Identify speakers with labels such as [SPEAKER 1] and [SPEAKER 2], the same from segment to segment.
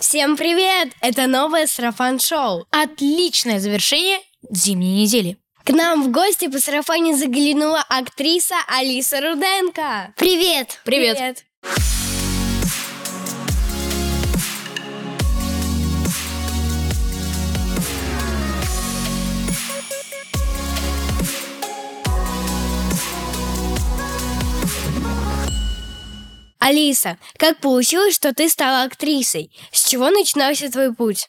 [SPEAKER 1] Всем привет! Это новое сарафан-шоу.
[SPEAKER 2] Отличное завершение зимней недели.
[SPEAKER 1] К нам в гости по сарафане заглянула актриса Алиса Руденко. Привет!
[SPEAKER 2] Привет.
[SPEAKER 1] Алиса, как получилось, что ты стала актрисой? С чего начинался твой путь?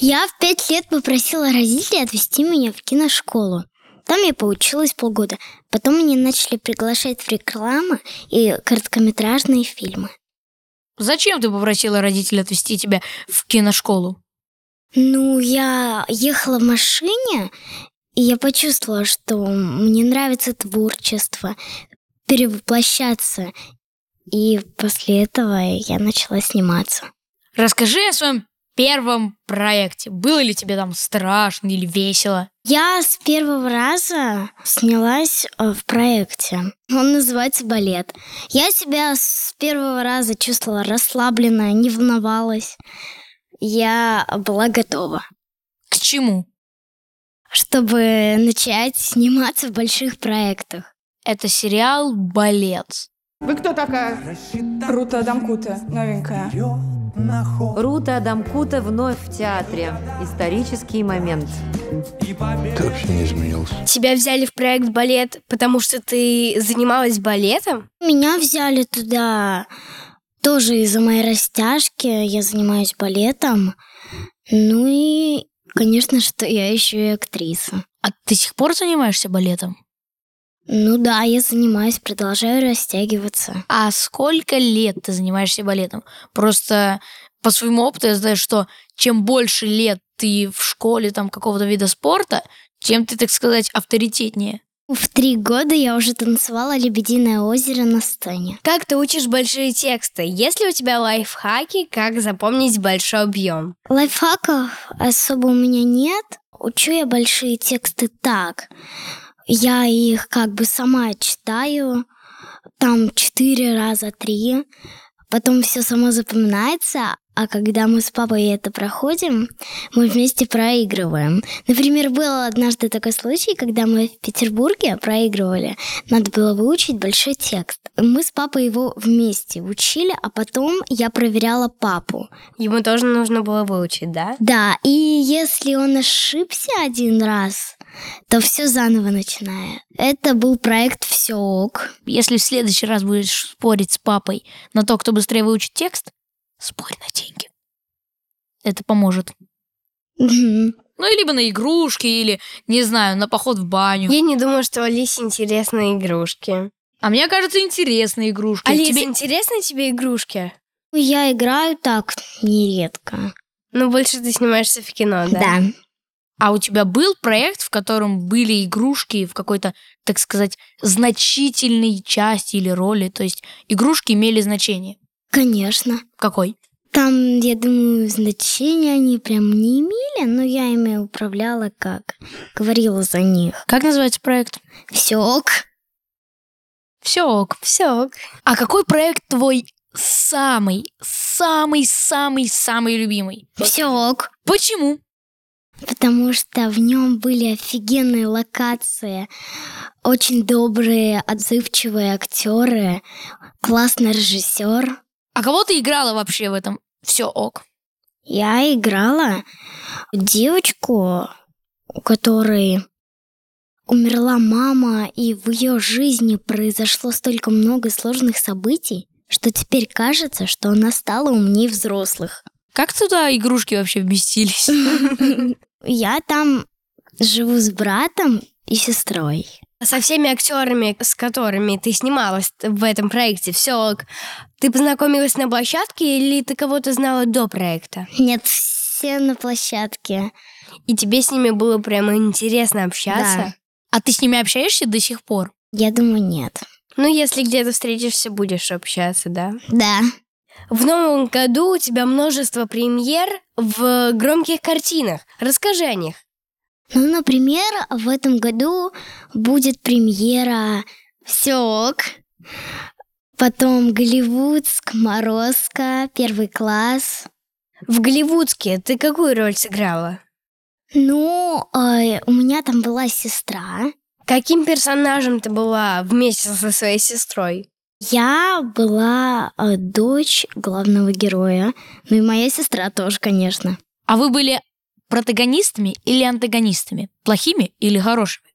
[SPEAKER 3] Я в пять лет попросила родителей отвезти меня в киношколу. Там я поучилась полгода. Потом меня начали приглашать в рекламы и короткометражные фильмы.
[SPEAKER 2] Зачем ты попросила родителей отвезти тебя в киношколу?
[SPEAKER 3] Ну, я ехала в машине, и я почувствовала, что мне нравится творчество, перевоплощаться. И после этого я начала сниматься.
[SPEAKER 2] Расскажи о своем первом проекте. Было ли тебе там страшно или весело?
[SPEAKER 3] Я с первого раза снялась э, в проекте. Он называется «Балет». Я себя с первого раза чувствовала расслабленно, не волновалась. Я была готова,
[SPEAKER 2] К чему?
[SPEAKER 3] чтобы начать сниматься в больших проектах.
[SPEAKER 2] Это сериал «Балет».
[SPEAKER 4] Вы кто такая?
[SPEAKER 5] Рута Адамкута, новенькая.
[SPEAKER 6] Рута Адамкута вновь в театре. Исторический момент.
[SPEAKER 7] Ты вообще не изменился.
[SPEAKER 1] Тебя взяли в проект «Балет», потому что ты занималась балетом?
[SPEAKER 3] Меня взяли туда тоже из-за моей растяжки. Я занимаюсь балетом. Ну и, конечно, что я еще и актриса.
[SPEAKER 2] А ты до сих пор занимаешься балетом?
[SPEAKER 3] Ну да, я занимаюсь, продолжаю растягиваться.
[SPEAKER 2] А сколько лет ты занимаешься балетом? Просто по своему опыту я знаю, что чем больше лет ты в школе там какого-то вида спорта, тем ты, так сказать, авторитетнее.
[SPEAKER 3] В три года я уже танцевала «Лебединое озеро» на сцене.
[SPEAKER 1] Как ты учишь большие тексты? Есть ли у тебя лайфхаки, как запомнить большой объем?
[SPEAKER 3] Лайфхаков особо у меня нет. Учу я большие тексты так. Я их как бы сама читаю, там четыре раза три. Потом все само запоминается, а когда мы с папой это проходим, мы вместе проигрываем. Например, был однажды такой случай, когда мы в Петербурге проигрывали. Надо было выучить большой текст. Мы с папой его вместе учили, а потом я проверяла папу.
[SPEAKER 1] Ему тоже нужно было выучить, да?
[SPEAKER 3] Да, и если он ошибся один раз, то все заново начиная. Это был проект «Все ок».
[SPEAKER 2] Если в следующий раз будешь спорить с папой на то, кто быстрее выучит текст, спорь на деньги. Это поможет.
[SPEAKER 3] Мгм.
[SPEAKER 2] Ну, и либо на игрушки, или, не знаю, на поход в баню.
[SPEAKER 1] Я не думаю, что Алисе интересны игрушки.
[SPEAKER 2] А мне кажется, интересные игрушки.
[SPEAKER 1] Алиса,
[SPEAKER 2] Тебе-
[SPEAKER 1] интересны тебе игрушки?
[SPEAKER 3] Ну, Я играю так нередко.
[SPEAKER 1] Ну, больше ты снимаешься в кино, да?
[SPEAKER 3] Да.
[SPEAKER 2] А у тебя был проект, в котором были игрушки в какой-то, так сказать, значительной части или роли? То есть игрушки имели значение.
[SPEAKER 3] Конечно.
[SPEAKER 2] Какой?
[SPEAKER 3] Там, я думаю, значения они прям не имели, но я ими управляла как. Говорила за них.
[SPEAKER 2] Как называется проект?
[SPEAKER 3] Все ок.
[SPEAKER 2] Все ок.
[SPEAKER 1] Все ок.
[SPEAKER 2] А какой проект твой самый, самый, самый, самый любимый?
[SPEAKER 3] Все ок.
[SPEAKER 2] Почему?
[SPEAKER 3] потому что в нем были офигенные локации, очень добрые, отзывчивые актеры, классный режиссер.
[SPEAKER 2] А кого ты играла вообще в этом? Все ок.
[SPEAKER 3] Я играла девочку, у которой умерла мама, и в ее жизни произошло столько много сложных событий, что теперь кажется, что она стала умнее взрослых.
[SPEAKER 2] Как туда игрушки вообще вместились?
[SPEAKER 3] Я там живу с братом и сестрой.
[SPEAKER 1] А Со всеми актерами, с которыми ты снималась в этом проекте, все ок. Ты познакомилась на площадке или ты кого-то знала до проекта?
[SPEAKER 3] Нет, все на площадке.
[SPEAKER 1] И тебе с ними было прямо интересно общаться?
[SPEAKER 2] А ты с ними общаешься до сих пор?
[SPEAKER 3] Я думаю, нет.
[SPEAKER 1] Ну, если где-то встретишься, будешь общаться, да?
[SPEAKER 3] Да.
[SPEAKER 1] В новом году у тебя множество премьер в громких картинах. Расскажи о них.
[SPEAKER 3] Ну, например, в этом году будет премьера «Все ок», потом «Голливудск», «Морозко», «Первый класс».
[SPEAKER 1] В Голливудске ты какую роль сыграла?
[SPEAKER 3] Ну, э, у меня там была сестра.
[SPEAKER 1] Каким персонажем ты была вместе со своей сестрой?
[SPEAKER 3] Я была э, дочь главного героя. Ну и моя сестра тоже, конечно.
[SPEAKER 2] А вы были протагонистами или антагонистами? Плохими или хорошими?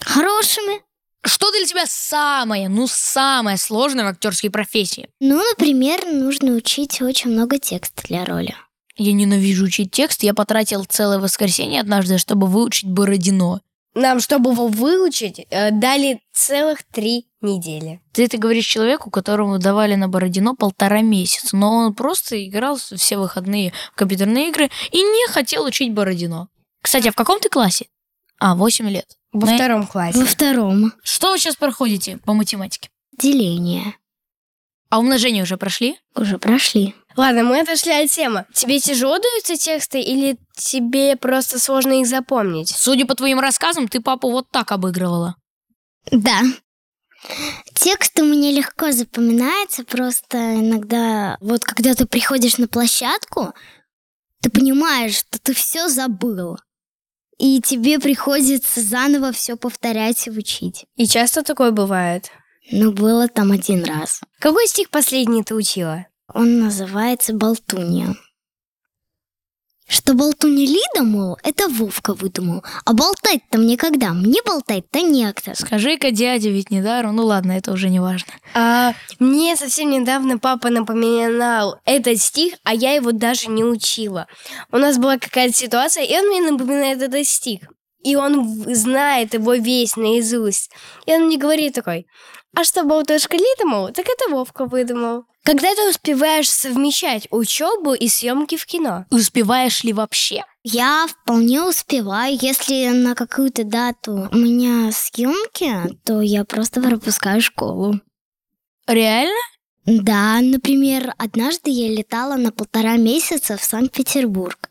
[SPEAKER 3] Хорошими.
[SPEAKER 2] Что для тебя самое, ну самое сложное в актерской профессии?
[SPEAKER 3] Ну, например, нужно учить очень много текста для роли.
[SPEAKER 2] Я ненавижу учить текст. Я потратил целое воскресенье однажды, чтобы выучить Бородино.
[SPEAKER 1] Нам, чтобы его выучить, э, дали целых три недели.
[SPEAKER 2] Ты это говоришь человеку, которому давали на Бородино полтора месяца, но он просто играл с- все выходные в компьютерные игры и не хотел учить Бородино. Кстати, а в каком ты классе? А, 8 лет.
[SPEAKER 1] Во
[SPEAKER 2] Ну и-
[SPEAKER 1] втором классе.
[SPEAKER 3] Во втором
[SPEAKER 2] Что вы сейчас проходите по математике?
[SPEAKER 3] деление
[SPEAKER 2] А умножение уже прошли?
[SPEAKER 3] уже прошли.
[SPEAKER 1] Ладно, мы отошли от темы. Тебе тяжело даются тексты или тебе просто сложно их запомнить?
[SPEAKER 2] Судя по твоим рассказам, ты папу вот так обыгрывала.
[SPEAKER 3] Да. Текст у меня легко запоминается, просто иногда, вот когда ты приходишь на площадку, ты понимаешь, что ты все забыл. И тебе приходится заново все повторять и учить.
[SPEAKER 1] И часто такое бывает.
[SPEAKER 3] Но было там один раз.
[SPEAKER 1] Какой стих последний ты учила?
[SPEAKER 3] Он называется «Болтунья». Что болтунья Лида, мол, это Вовка выдумал. А болтать-то мне когда? Мне болтать-то некто.
[SPEAKER 2] Скажи-ка, дядя, ведь не дару. Ну ладно, это уже не важно.
[SPEAKER 1] А, мне совсем недавно папа напоминал этот стих, а я его даже не учила. У нас была какая-то ситуация, и он мне напоминает этот стих. И он в- знает его весь наизусть. И он мне говорит такой, а что болтушка Лидомол, так это Вовка выдумал. Когда ты успеваешь совмещать учебу и съемки в кино?
[SPEAKER 2] Успеваешь ли вообще?
[SPEAKER 3] Я вполне успеваю. Если на какую-то дату у меня съемки, то я просто пропускаю школу.
[SPEAKER 2] Реально?
[SPEAKER 3] Да, например, однажды я летала на полтора месяца в Санкт-Петербург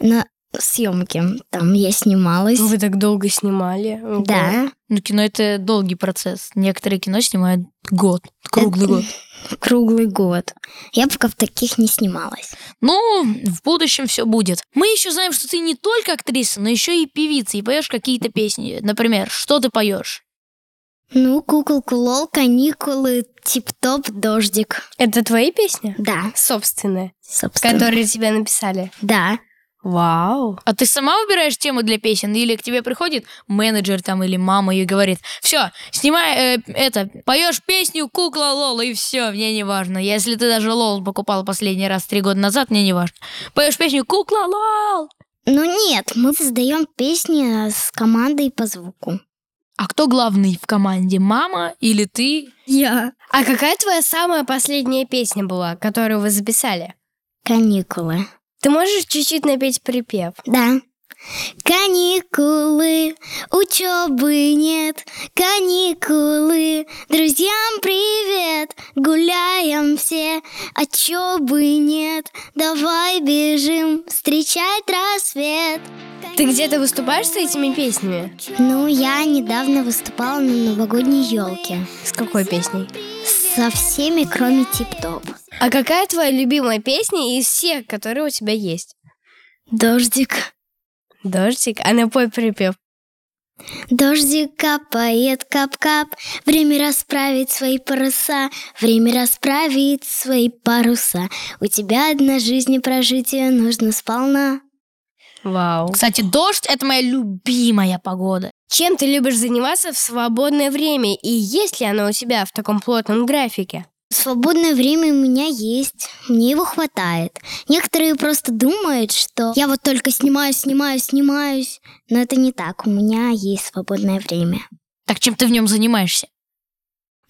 [SPEAKER 3] на съемки. Там я снималась.
[SPEAKER 1] Вы так долго снимали. Ого.
[SPEAKER 3] Да,
[SPEAKER 2] Ну, кино это долгий процесс. Некоторые кино снимают год, круглый год.
[SPEAKER 3] круглый год. Я пока в таких не снималась.
[SPEAKER 2] Ну, в будущем все будет. Мы еще знаем, что ты не только актриса, но еще и певица, и поешь какие-то песни. Например, что ты поешь?
[SPEAKER 3] Ну, куколку лол, каникулы, тип-топ, дождик.
[SPEAKER 1] Это твои песни?
[SPEAKER 3] Да,
[SPEAKER 1] Собственные,
[SPEAKER 3] собственно.
[SPEAKER 1] которые тебе написали.
[SPEAKER 3] Да.
[SPEAKER 1] Вау.
[SPEAKER 2] А ты сама выбираешь тему для песен, или к тебе приходит менеджер там или мама и говорит: все, снимай э, это, поешь песню кукла Лола и все, мне не важно. Если ты даже Лол покупал последний раз три года назад, мне не важно. Поешь песню кукла Лол.
[SPEAKER 3] Ну нет, мы создаем песни с командой по звуку.
[SPEAKER 2] А кто главный в команде, мама или ты?
[SPEAKER 1] Я. А какая твоя самая последняя песня была, которую вы записали?
[SPEAKER 3] Каникулы.
[SPEAKER 1] Ты можешь чуть-чуть напеть припев?
[SPEAKER 3] Да. Каникулы, учебы нет, каникулы, друзьям привет, гуляем все, учебы нет, давай бежим встречать рассвет.
[SPEAKER 1] Ты где-то выступаешь с этими песнями?
[SPEAKER 3] Ну, я недавно выступала на новогодней елке.
[SPEAKER 1] С какой песней?
[SPEAKER 3] Со всеми, кроме тип-топ.
[SPEAKER 1] А какая твоя любимая песня из всех, которые у тебя есть?
[SPEAKER 3] Дождик.
[SPEAKER 1] Дождик, а напой припев.
[SPEAKER 3] Дождик капает, кап-кап. Время расправить свои паруса. Время расправить свои паруса. У тебя одна жизнь и прожить ее нужно сполна.
[SPEAKER 1] Вау.
[SPEAKER 2] Кстати, дождь это моя любимая погода.
[SPEAKER 1] Чем ты любишь заниматься в свободное время? И есть ли оно у тебя в таком плотном графике?
[SPEAKER 3] Свободное время у меня есть, мне его хватает. Некоторые просто думают, что я вот только снимаю, снимаю, снимаюсь. Но это не так, у меня есть свободное время.
[SPEAKER 2] Так чем ты в нем занимаешься?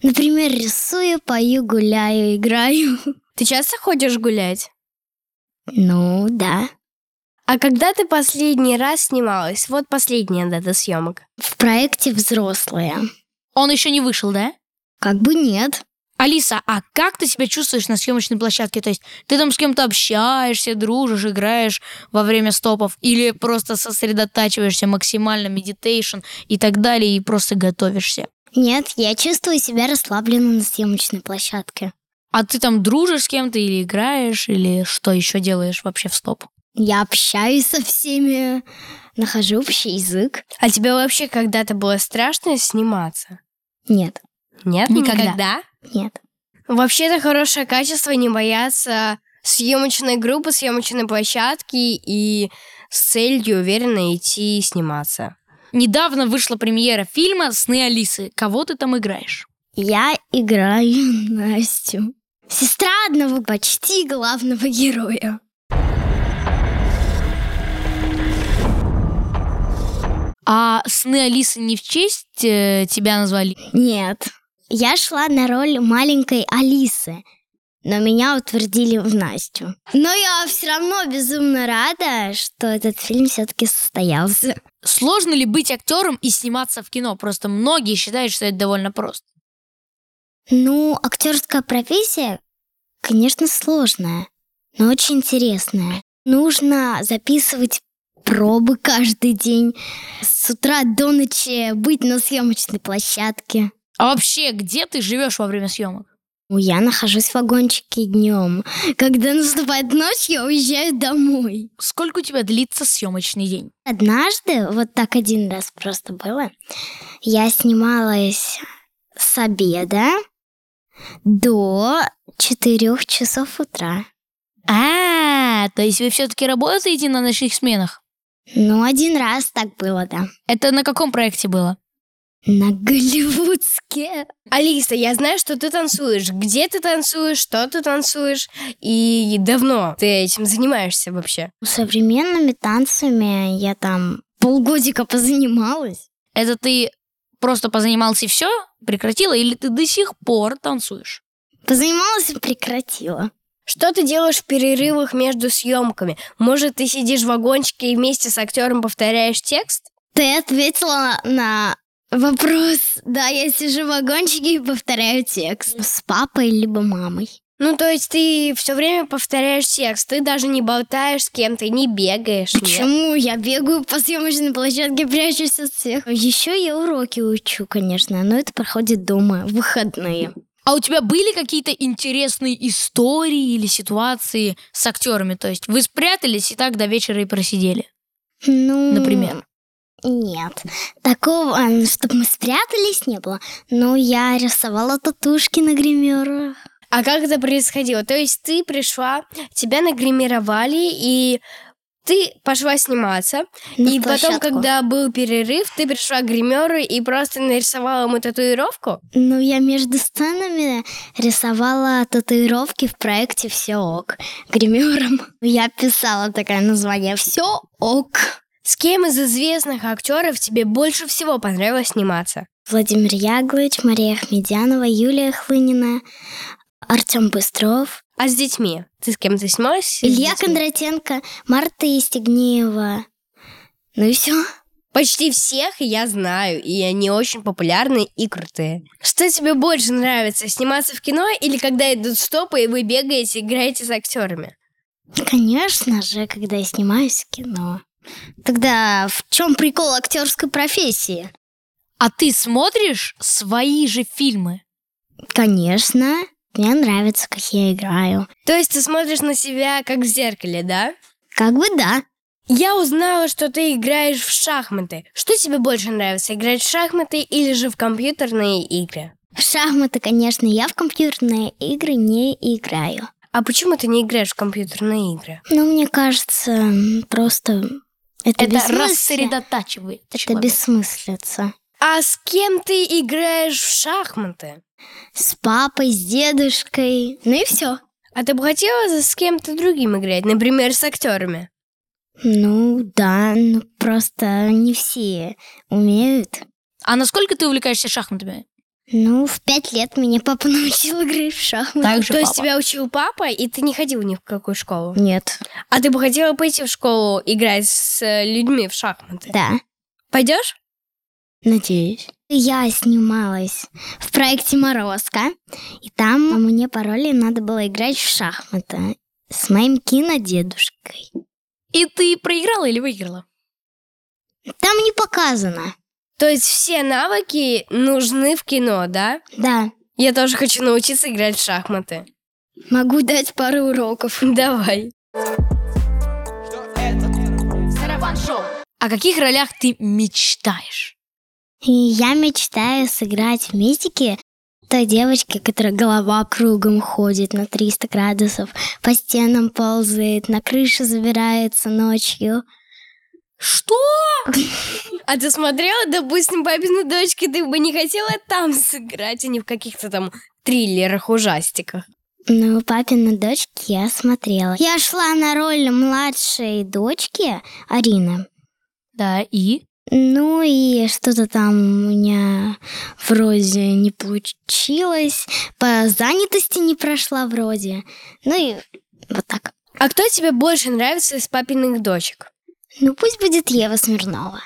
[SPEAKER 3] Например, рисую, пою, гуляю, играю.
[SPEAKER 1] Ты часто ходишь гулять?
[SPEAKER 3] Ну, да.
[SPEAKER 1] А когда ты последний раз снималась? Вот последняя дата съемок.
[SPEAKER 3] В проекте «Взрослые».
[SPEAKER 2] Он еще не вышел, да?
[SPEAKER 3] Как бы нет.
[SPEAKER 2] Алиса, а как ты себя чувствуешь на съемочной площадке? То есть ты там с кем-то общаешься, дружишь, играешь во время стопов или просто сосредотачиваешься максимально, медитейшн и так далее, и просто готовишься?
[SPEAKER 3] Нет, я чувствую себя расслабленно на съемочной площадке.
[SPEAKER 2] А ты там дружишь с кем-то или играешь, или что еще делаешь вообще в стоп?
[SPEAKER 3] Я общаюсь со всеми, нахожу общий язык.
[SPEAKER 1] А тебе вообще когда-то было страшно сниматься?
[SPEAKER 3] Нет,
[SPEAKER 1] Нет,
[SPEAKER 2] Никогда.
[SPEAKER 1] никогда.
[SPEAKER 3] нет.
[SPEAKER 1] Вообще это хорошее качество не бояться съемочной группы, съемочной площадки и с целью уверенно идти и сниматься.
[SPEAKER 2] Недавно вышла премьера фильма «Сны Алисы». Кого ты там играешь?
[SPEAKER 3] Я играю Настю. Сестра одного почти главного героя.
[SPEAKER 2] А «Сны Алисы» не в честь э, тебя назвали?
[SPEAKER 3] Нет. Я шла на роль маленькой Алисы, но меня утвердили в Настю. Но я все равно безумно рада, что этот фильм все-таки состоялся.
[SPEAKER 2] Сложно ли быть актером и сниматься в кино? Просто многие считают, что это довольно просто.
[SPEAKER 3] Ну, актерская профессия, конечно, сложная, но очень интересная. Нужно записывать пробы каждый день, с утра до ночи быть на съемочной площадке.
[SPEAKER 2] А вообще, где ты живешь во время съемок?
[SPEAKER 3] Ну, Я нахожусь в вагончике днем. Когда наступает ночь, я уезжаю домой.
[SPEAKER 2] Сколько у тебя длится съемочный день?
[SPEAKER 3] Однажды, вот так один раз просто было, я снималась с обеда до 4 часов утра.
[SPEAKER 2] А, то есть вы все-таки работаете на ночных сменах?
[SPEAKER 3] Ну, один раз так было, да.
[SPEAKER 2] Это на каком проекте было?
[SPEAKER 3] На голливудске.
[SPEAKER 1] Алиса, я знаю, что ты танцуешь. Где ты танцуешь, что ты танцуешь и давно ты этим занимаешься вообще?
[SPEAKER 3] Современными танцами я там полгодика позанималась.
[SPEAKER 2] Это ты просто позанимался и все, прекратила, или ты до сих пор танцуешь?
[SPEAKER 3] Позанималась и прекратила.
[SPEAKER 1] Что ты делаешь в перерывах между съемками? Может, ты сидишь в вагончике и вместе с актером повторяешь текст?
[SPEAKER 3] Ты ответила на вопрос. Да, я сижу в вагончике и повторяю текст. С папой либо мамой.
[SPEAKER 1] Ну, то есть ты все время повторяешь текст, ты даже не болтаешь с кем-то, не бегаешь. нет?
[SPEAKER 3] Почему? Я бегаю по съемочной площадке, прячусь от всех. Еще я уроки учу, конечно, но это проходит дома, в выходные.
[SPEAKER 2] А у тебя были какие-то интересные истории или ситуации с актерами? То есть вы спрятались и так до вечера и просидели,
[SPEAKER 3] Ну,
[SPEAKER 2] например.
[SPEAKER 3] Нет, такого, чтобы мы спрятались, не было. Но я рисовала татушки на гримерах.
[SPEAKER 1] А как это происходило? То есть ты пришла, тебя нагримировали, и ты пошла сниматься,
[SPEAKER 3] на
[SPEAKER 1] и потом,
[SPEAKER 3] площадку.
[SPEAKER 1] когда был перерыв, ты пришла к гримеру и просто нарисовала ему татуировку?
[SPEAKER 3] Ну, я между сценами рисовала татуировки в проекте «Все ок» гримером. Я писала такое название «Все ок».
[SPEAKER 1] С кем из известных актеров тебе больше всего понравилось сниматься?
[SPEAKER 3] Владимир Яглыч, Мария Ахмедянова, Юлия Хлынина, Артем Быстров,
[SPEAKER 1] А с детьми? Ты с кем-то снималась? с
[SPEAKER 3] Илья
[SPEAKER 1] детьми?
[SPEAKER 3] Кондратенко, Марта Естегнеева. Ну и все.
[SPEAKER 1] Почти всех я знаю, и они очень популярны и крутые. Что тебе больше нравится, сниматься в кино или когда идут стопы, и вы бегаете, играете с актерами?
[SPEAKER 3] Конечно же, когда я снимаюсь в кино. Тогда в чем прикол актерской профессии?
[SPEAKER 2] А ты смотришь свои же фильмы?
[SPEAKER 3] Конечно, мне нравится, как я играю.
[SPEAKER 1] То есть ты смотришь на себя как в зеркале, да?
[SPEAKER 3] Как бы да.
[SPEAKER 1] Я узнала, что ты играешь в шахматы. Что тебе больше нравится, играть в шахматы или же в компьютерные игры?
[SPEAKER 3] В шахматы, конечно, я в компьютерные игры не играю.
[SPEAKER 1] А почему ты не играешь в компьютерные игры?
[SPEAKER 3] Но мне кажется, м, просто
[SPEAKER 2] Это
[SPEAKER 3] это, бессмысленно.
[SPEAKER 2] рассредотачивает
[SPEAKER 3] Это
[SPEAKER 2] человека.
[SPEAKER 3] бессмыслица.
[SPEAKER 1] А с кем ты играешь в шахматы?
[SPEAKER 3] С папой, с дедушкой. Ну и все.
[SPEAKER 1] А ты бы хотела за- с кем-то другим играть, например, с актерами?
[SPEAKER 3] Ну да, ну просто не все умеют.
[SPEAKER 2] А насколько ты увлекаешься шахматами?
[SPEAKER 3] Ну, в пять лет меня папа научил играть в шахматы.
[SPEAKER 2] Так же,
[SPEAKER 1] То есть
[SPEAKER 2] папа.
[SPEAKER 1] тебя учил папа, и ты не ходил ни в какую школу?
[SPEAKER 3] Нет.
[SPEAKER 1] А ты бы хотела пойти в школу играть с э, людьми в шахматы?
[SPEAKER 3] Да,
[SPEAKER 1] Пойдешь?
[SPEAKER 3] надеюсь. Я снималась в проекте «Морозко», и там мне по роли надо было играть в шахматы с моим кинодедушкой.
[SPEAKER 2] И ты проиграла или выиграла?
[SPEAKER 3] Там не показано.
[SPEAKER 1] То есть все навыки нужны в кино, да?
[SPEAKER 3] Да,
[SPEAKER 1] Я тоже хочу научиться играть в шахматы.
[SPEAKER 3] Могу дать пару уроков.
[SPEAKER 1] Давай.
[SPEAKER 2] О каких ролях ты мечтаешь?
[SPEAKER 3] И я мечтаю сыграть в мистике той девочке, которая голова кругом ходит на 300 градусов, по стенам ползает, на крышу забирается ночью.
[SPEAKER 2] Что?
[SPEAKER 1] А ты смотрела, допустим, папины дочки, ты бы не хотела там сыграть, а не в каких-то там триллерах, ужастиках.
[SPEAKER 3] Ну, папины дочки я смотрела. Я шла на роль младшей дочки Арины.
[SPEAKER 2] Да, и?
[SPEAKER 3] Ну и что-то там у меня вроде не получилось. По занятости не прошла вроде. Ну и вот так.
[SPEAKER 1] А кто тебе больше нравится из папиных дочек?
[SPEAKER 3] Ну пусть будет Ева Смирнова.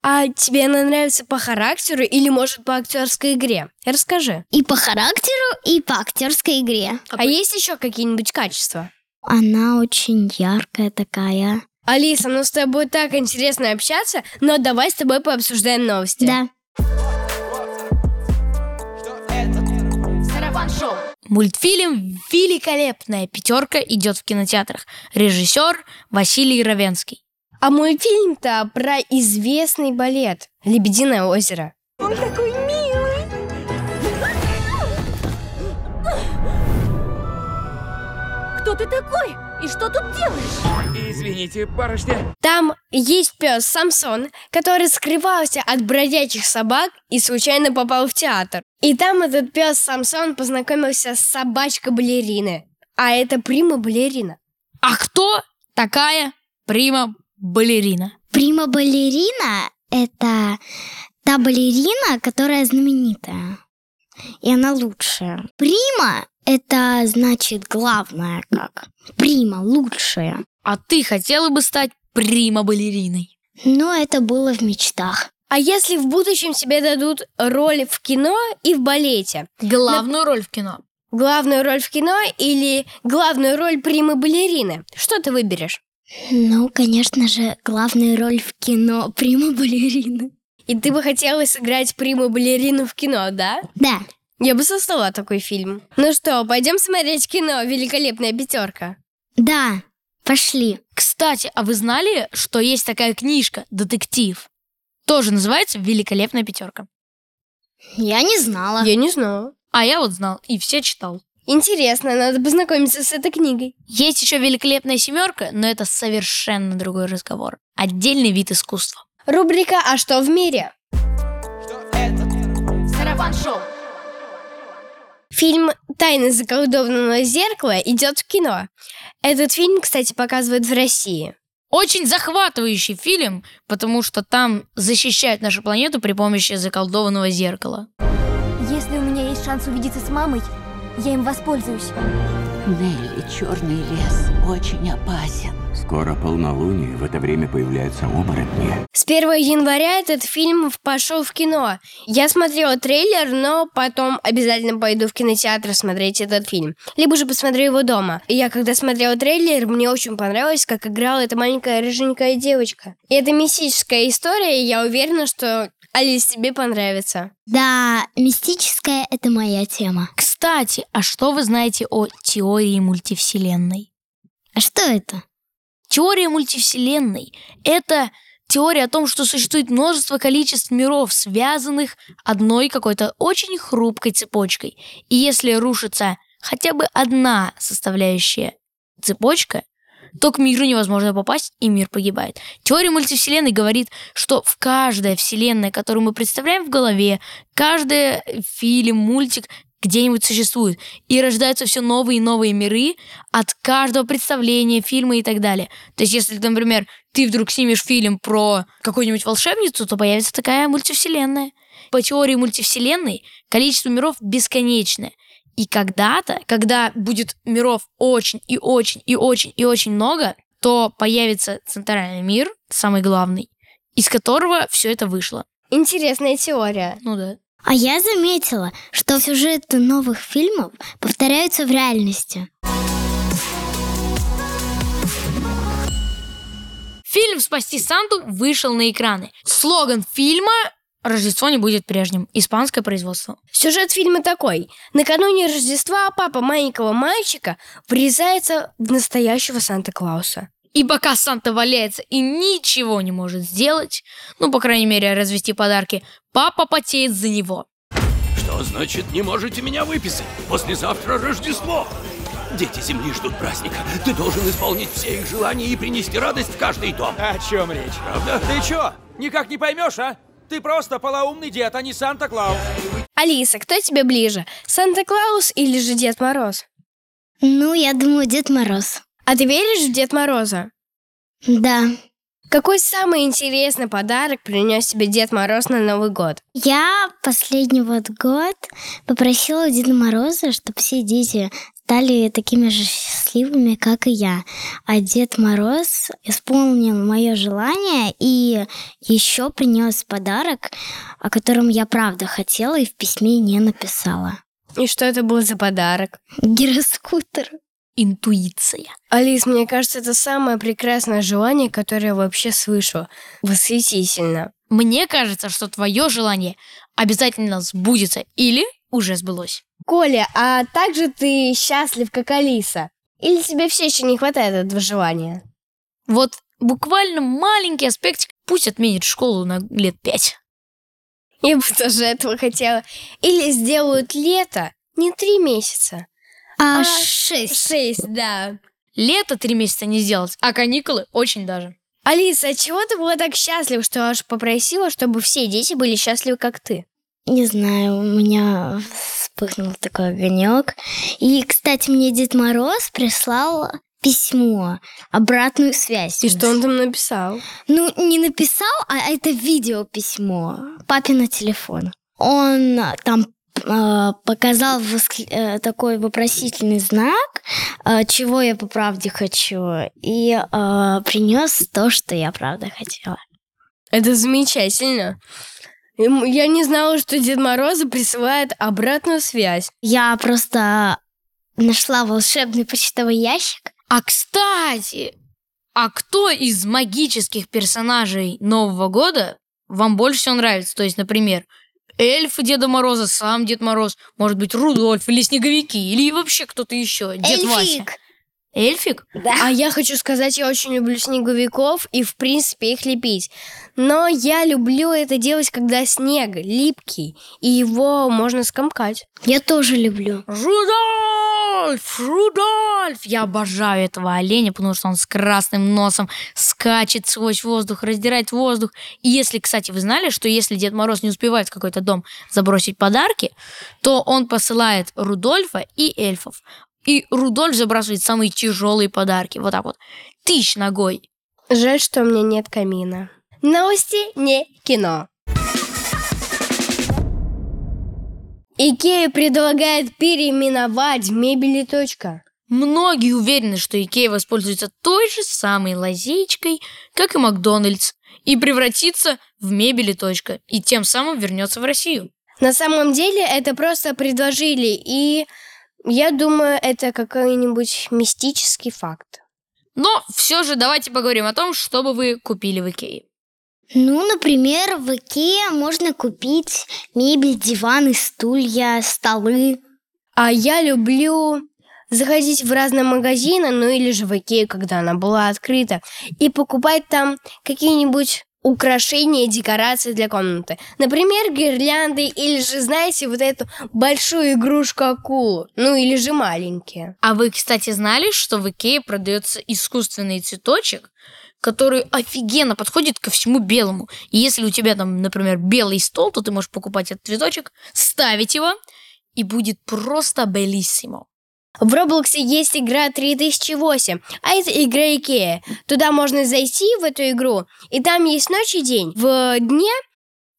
[SPEAKER 1] А тебе она нравится по характеру или, может, по актерской игре? Расскажи.
[SPEAKER 3] И по характеру, и по актерской игре.
[SPEAKER 1] А, есть еще какие-нибудь качества?
[SPEAKER 3] Она очень яркая такая.
[SPEAKER 1] Алиса, ну с тобой так интересно общаться, но давай с тобой пообсуждаем новости.
[SPEAKER 3] Да.
[SPEAKER 2] Мультфильм «Великолепная пятерка» идет в кинотеатрах. Режиссер Василий Равенский.
[SPEAKER 1] А мультфильм-то про известный балет «Лебединое озеро».
[SPEAKER 4] Кто ты такой? И что тут делаешь?
[SPEAKER 8] Извините, барышня.
[SPEAKER 1] Там есть пес Самсон, который скрывался от бродячих собак и случайно попал в театр. И там этот пес Самсон познакомился с собачкой балерины. А это прима балерина.
[SPEAKER 2] А кто такая прима-балерина?
[SPEAKER 3] Прима-балерина — это та балерина, которая знаменитая. И она лучшая. Прима — это значит главное как. Прима — лучшая.
[SPEAKER 2] А ты хотела бы стать прима-балериной?
[SPEAKER 3] Но это было в мечтах.
[SPEAKER 1] А если в будущем тебе дадут роль в кино и в балете?
[SPEAKER 2] Главную роль в кино.
[SPEAKER 1] Главную роль в кино или главную роль примы-балерины? Что ты выберешь?
[SPEAKER 3] Ну, конечно же, главная роль в кино прима-балерины.
[SPEAKER 1] И ты бы хотела сыграть приму-балерину в кино, да?
[SPEAKER 3] Да.
[SPEAKER 1] Я бы создала такой фильм. Ну что, пойдем смотреть кино «Великолепная пятерка»?
[SPEAKER 3] Да. Пошли.
[SPEAKER 2] Кстати, а вы знали, что есть такая книжка «Детектив»? Тоже называется «Великолепная пятерка».
[SPEAKER 3] Я не знала.
[SPEAKER 1] Я не знала.
[SPEAKER 2] А я вот знал, и все читал.
[SPEAKER 1] Интересно, надо познакомиться с этой книгой.
[SPEAKER 2] Есть еще «Великолепная семерка», но это совершенно другой разговор. Отдельный вид искусства.
[SPEAKER 1] Рубрика «А что в мире?» Фильм «Тайны заколдованного зеркала» идет в кино. Этот фильм, кстати, показывают в России.
[SPEAKER 2] Очень захватывающий фильм, потому что там защищают нашу планету при помощи заколдованного зеркала.
[SPEAKER 4] Если у меня есть шанс увидеться с мамой, я им воспользуюсь.
[SPEAKER 9] Нелли, черный лес очень опасен.
[SPEAKER 7] Скоро полнолуние, в это время появляются оборотни.
[SPEAKER 1] С 1 января этот фильм в- пошел в кино. Я смотрела трейлер, но потом обязательно пойду в кинотеатр смотреть этот фильм. Либо же посмотрю его дома. И я когда смотрела трейлер, мне очень понравилось, как играла эта маленькая рыженькая девочка. И это мистическая история, и я уверена, что Алис тебе понравится.
[SPEAKER 3] Да, мистическая — это моя тема.
[SPEAKER 2] Кстати, а что вы знаете о теории мультивселенной?
[SPEAKER 3] А что это?
[SPEAKER 2] Теория мультивселенной — это теория о том, что существует множество количеств миров, связанных одной какой-то очень хрупкой цепочкой. И если рушится хотя бы одна составляющая цепочка, то к миру невозможно попасть, и мир погибает. Теория мультивселенной говорит, что в каждая вселенная, которую мы представляем в голове, каждый фильм, мультик где-нибудь существует. И рождаются все новые и новые миры от каждого представления, фильма и так далее. То есть, если, например, ты вдруг снимешь фильм про какую-нибудь волшебницу, то появится такая мультивселенная. По теории мультивселенной количество миров бесконечное. И когда-то, когда будет миров очень и очень и очень и очень много, то появится центральный мир, самый главный, из которого все это вышло.
[SPEAKER 1] Интересная теория.
[SPEAKER 2] Ну да.
[SPEAKER 3] А я заметила, что сюжеты новых фильмов повторяются в реальности.
[SPEAKER 2] Фильм «Спасти Санту» вышел на экраны. Слоган фильма Рождество не будет прежним. Испанское производство.
[SPEAKER 1] Сюжет фильма такой. Накануне Рождества папа маленького мальчика врезается в настоящего Санта-Клауса.
[SPEAKER 2] И пока Санта валяется и ничего не может сделать, ну, по крайней мере, развести подарки, папа потеет за него.
[SPEAKER 8] Что значит не можете меня выписать? Послезавтра Рождество! Дети Земли ждут праздника. Ты должен исполнить все их желания и принести радость в каждый дом.
[SPEAKER 10] О чем речь?
[SPEAKER 8] Правда?
[SPEAKER 10] Ты чё, никак не поймешь, а? Ты просто полоумный дед, а не Санта-Клаус.
[SPEAKER 1] Алиса, кто тебе ближе? Санта-Клаус или же Дед Мороз?
[SPEAKER 3] Ну, я думаю, Дед Мороз.
[SPEAKER 1] А ты веришь в Дед Мороза?
[SPEAKER 3] Да.
[SPEAKER 1] Какой самый интересный подарок принес тебе Дед Мороз на Новый год?
[SPEAKER 3] Я последний вот год попросила Деда Мороза, чтобы все дети стали такими же счастливыми, как и я. А Дед Мороз исполнил мое желание и еще принес подарок, о котором я правда хотела и в письме не написала.
[SPEAKER 1] И что это был за подарок?
[SPEAKER 3] Гироскутер.
[SPEAKER 2] Интуиция.
[SPEAKER 1] Алис, мне кажется, это самое прекрасное желание, которое я вообще слышала. Восхитительно.
[SPEAKER 2] Мне кажется, что твое желание обязательно сбудется или уже сбылось.
[SPEAKER 1] Коля, а также ты счастлив, как Алиса? Или тебе все еще не хватает этого желания?
[SPEAKER 2] Вот буквально маленький аспектик. Пусть отменит школу на лет пять.
[SPEAKER 1] Я бы тоже этого хотела. Или сделают лето не три месяца.
[SPEAKER 3] А,
[SPEAKER 1] А,
[SPEAKER 3] шесть.
[SPEAKER 1] Шесть, да.
[SPEAKER 2] Лето три месяца не сделать, а каникулы очень даже.
[SPEAKER 1] Алиса, а чего ты была так счастлива, что аж попросила, чтобы все дети были счастливы, как ты?
[SPEAKER 3] Не знаю, у меня вспыхнул такой огонек. И, кстати, мне Дед Мороз прислал письмо, обратную связь.
[SPEAKER 1] И что он там написал?
[SPEAKER 3] Ну, не написал, а это видеописьмо. Папе на телефон. Он а, там э, показал воск- э, такой вопросительный знак, э, чего я по правде хочу, и э, принес то, что я правда хотела.
[SPEAKER 1] Это замечательно. Эм, Я не знала, что Дед Мороза присылает обратную связь.
[SPEAKER 3] Я просто нашла волшебный почтовый ящик,
[SPEAKER 2] А кстати, а кто из магических персонажей Нового года вам больше всего нравится? То есть, например, эльф Деда Мороза, сам Дед Мороз, может быть, Рудольф или Снеговики, или вообще кто-то еще, Дед Вася.
[SPEAKER 3] Эльфик.
[SPEAKER 2] Эльфик?
[SPEAKER 1] А я хочу сказать, я очень люблю снеговиков и, в принципе, их лепить. Но я люблю это делать, когда снег липкий, и его можно скомкать.
[SPEAKER 3] Я тоже люблю.
[SPEAKER 2] Рудольф! Рудольф! Я обожаю этого оленя, потому что он с красным носом скачет сквозь воздух, раздирает воздух. И если, кстати, вы знали, что если Дед Мороз не успевает в какой-то дом забросить подарки, то он посылает Рудольфа и эльфов. И Рудольф забрасывает самые тяжелые подарки. Вот так вот. Тыщ ногой.
[SPEAKER 1] Жаль, что у меня нет камина. Новости не кино. Икея предлагает переименовать мебели точка.
[SPEAKER 2] Многие уверены, что Икея воспользуется той же самой лазейкой, как и Макдональдс, и превратится в мебели точка, и тем самым вернется в Россию.
[SPEAKER 1] На самом деле это просто предложили, и я думаю, это какой-нибудь мистический факт.
[SPEAKER 2] Но все же давайте поговорим о том, что бы вы купили в Икее.
[SPEAKER 3] Ну, например, в Икее можно купить мебель, диваны, стулья, столы.
[SPEAKER 1] А я люблю заходить в разные магазины, ну или же в Икею, когда она была открыта, и покупать там какие-нибудь украшения, декорации для комнаты. Например, гирлянды или же, знаете, вот эту большую игрушку акулу, ну или же маленькие.
[SPEAKER 2] А вы, кстати, знали, что в Икее продается искусственный цветочек, который офигенно подходит ко всему белому. И если у тебя там, например, белый стол, то ты можешь покупать этот цветочек, ставить его, и будет просто белиссимо.
[SPEAKER 1] В Роблоксе есть игра 3008, а это игра Икея. Туда можно зайти, в эту игру, и там есть ночь и день. В дне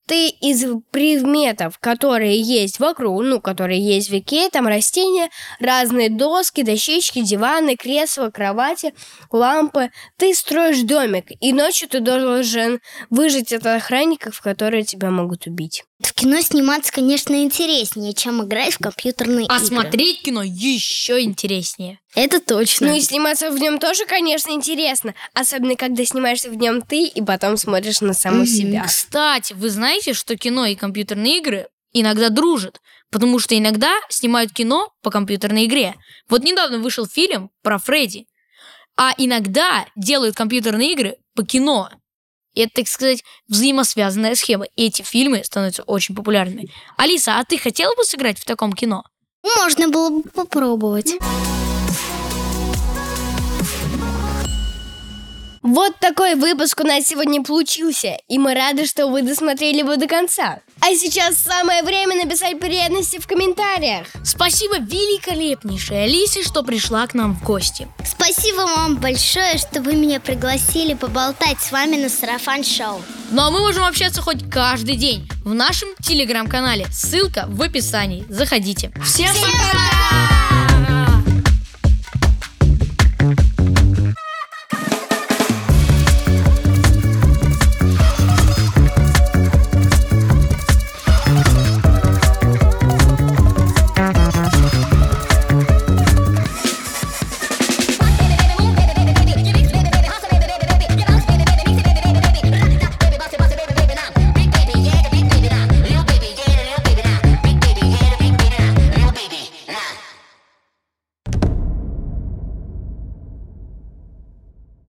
[SPEAKER 1] ты из предметов, которые есть вокруг, ну, которые есть в Икее, там растения, разные доски, дощечки, диваны, кресла, кровати, лампы. Ты строишь домик, и ночью ты должен выжить от охранников, которые тебя могут убить.
[SPEAKER 3] В кино сниматься, конечно, интереснее, чем играть в компьютерные
[SPEAKER 2] А
[SPEAKER 3] игры.
[SPEAKER 2] смотреть кино еще интереснее.
[SPEAKER 3] Это точно.
[SPEAKER 1] Ну и сниматься в нем тоже, конечно, интересно. Особенно, когда снимаешься в нем ты и потом смотришь на саму себя.
[SPEAKER 2] Кстати, вы знаете, что кино и компьютерные игры иногда дружат? Потому что иногда снимают кино по компьютерной игре. Вот недавно вышел фильм про Фредди. А иногда делают компьютерные игры по кино. И это, так сказать, взаимосвязанная схема. И эти фильмы становятся очень популярными. Алиса, а ты хотела бы сыграть в таком кино?
[SPEAKER 3] Ну, Можно было бы попробовать.
[SPEAKER 2] Ну.
[SPEAKER 1] Вот такой выпуск у нас сегодня получился, и мы рады, что вы досмотрели его до конца. А сейчас самое время написать приятности в комментариях.
[SPEAKER 2] Спасибо великолепнейшей Алисе, что пришла к нам в гости.
[SPEAKER 3] Спасибо вам большое, что вы меня пригласили поболтать с вами на сарафан-шоу.
[SPEAKER 2] Ну а мы можем общаться хоть каждый день в нашем телеграм-канале. Ссылка в описании. Заходите. Всем пока!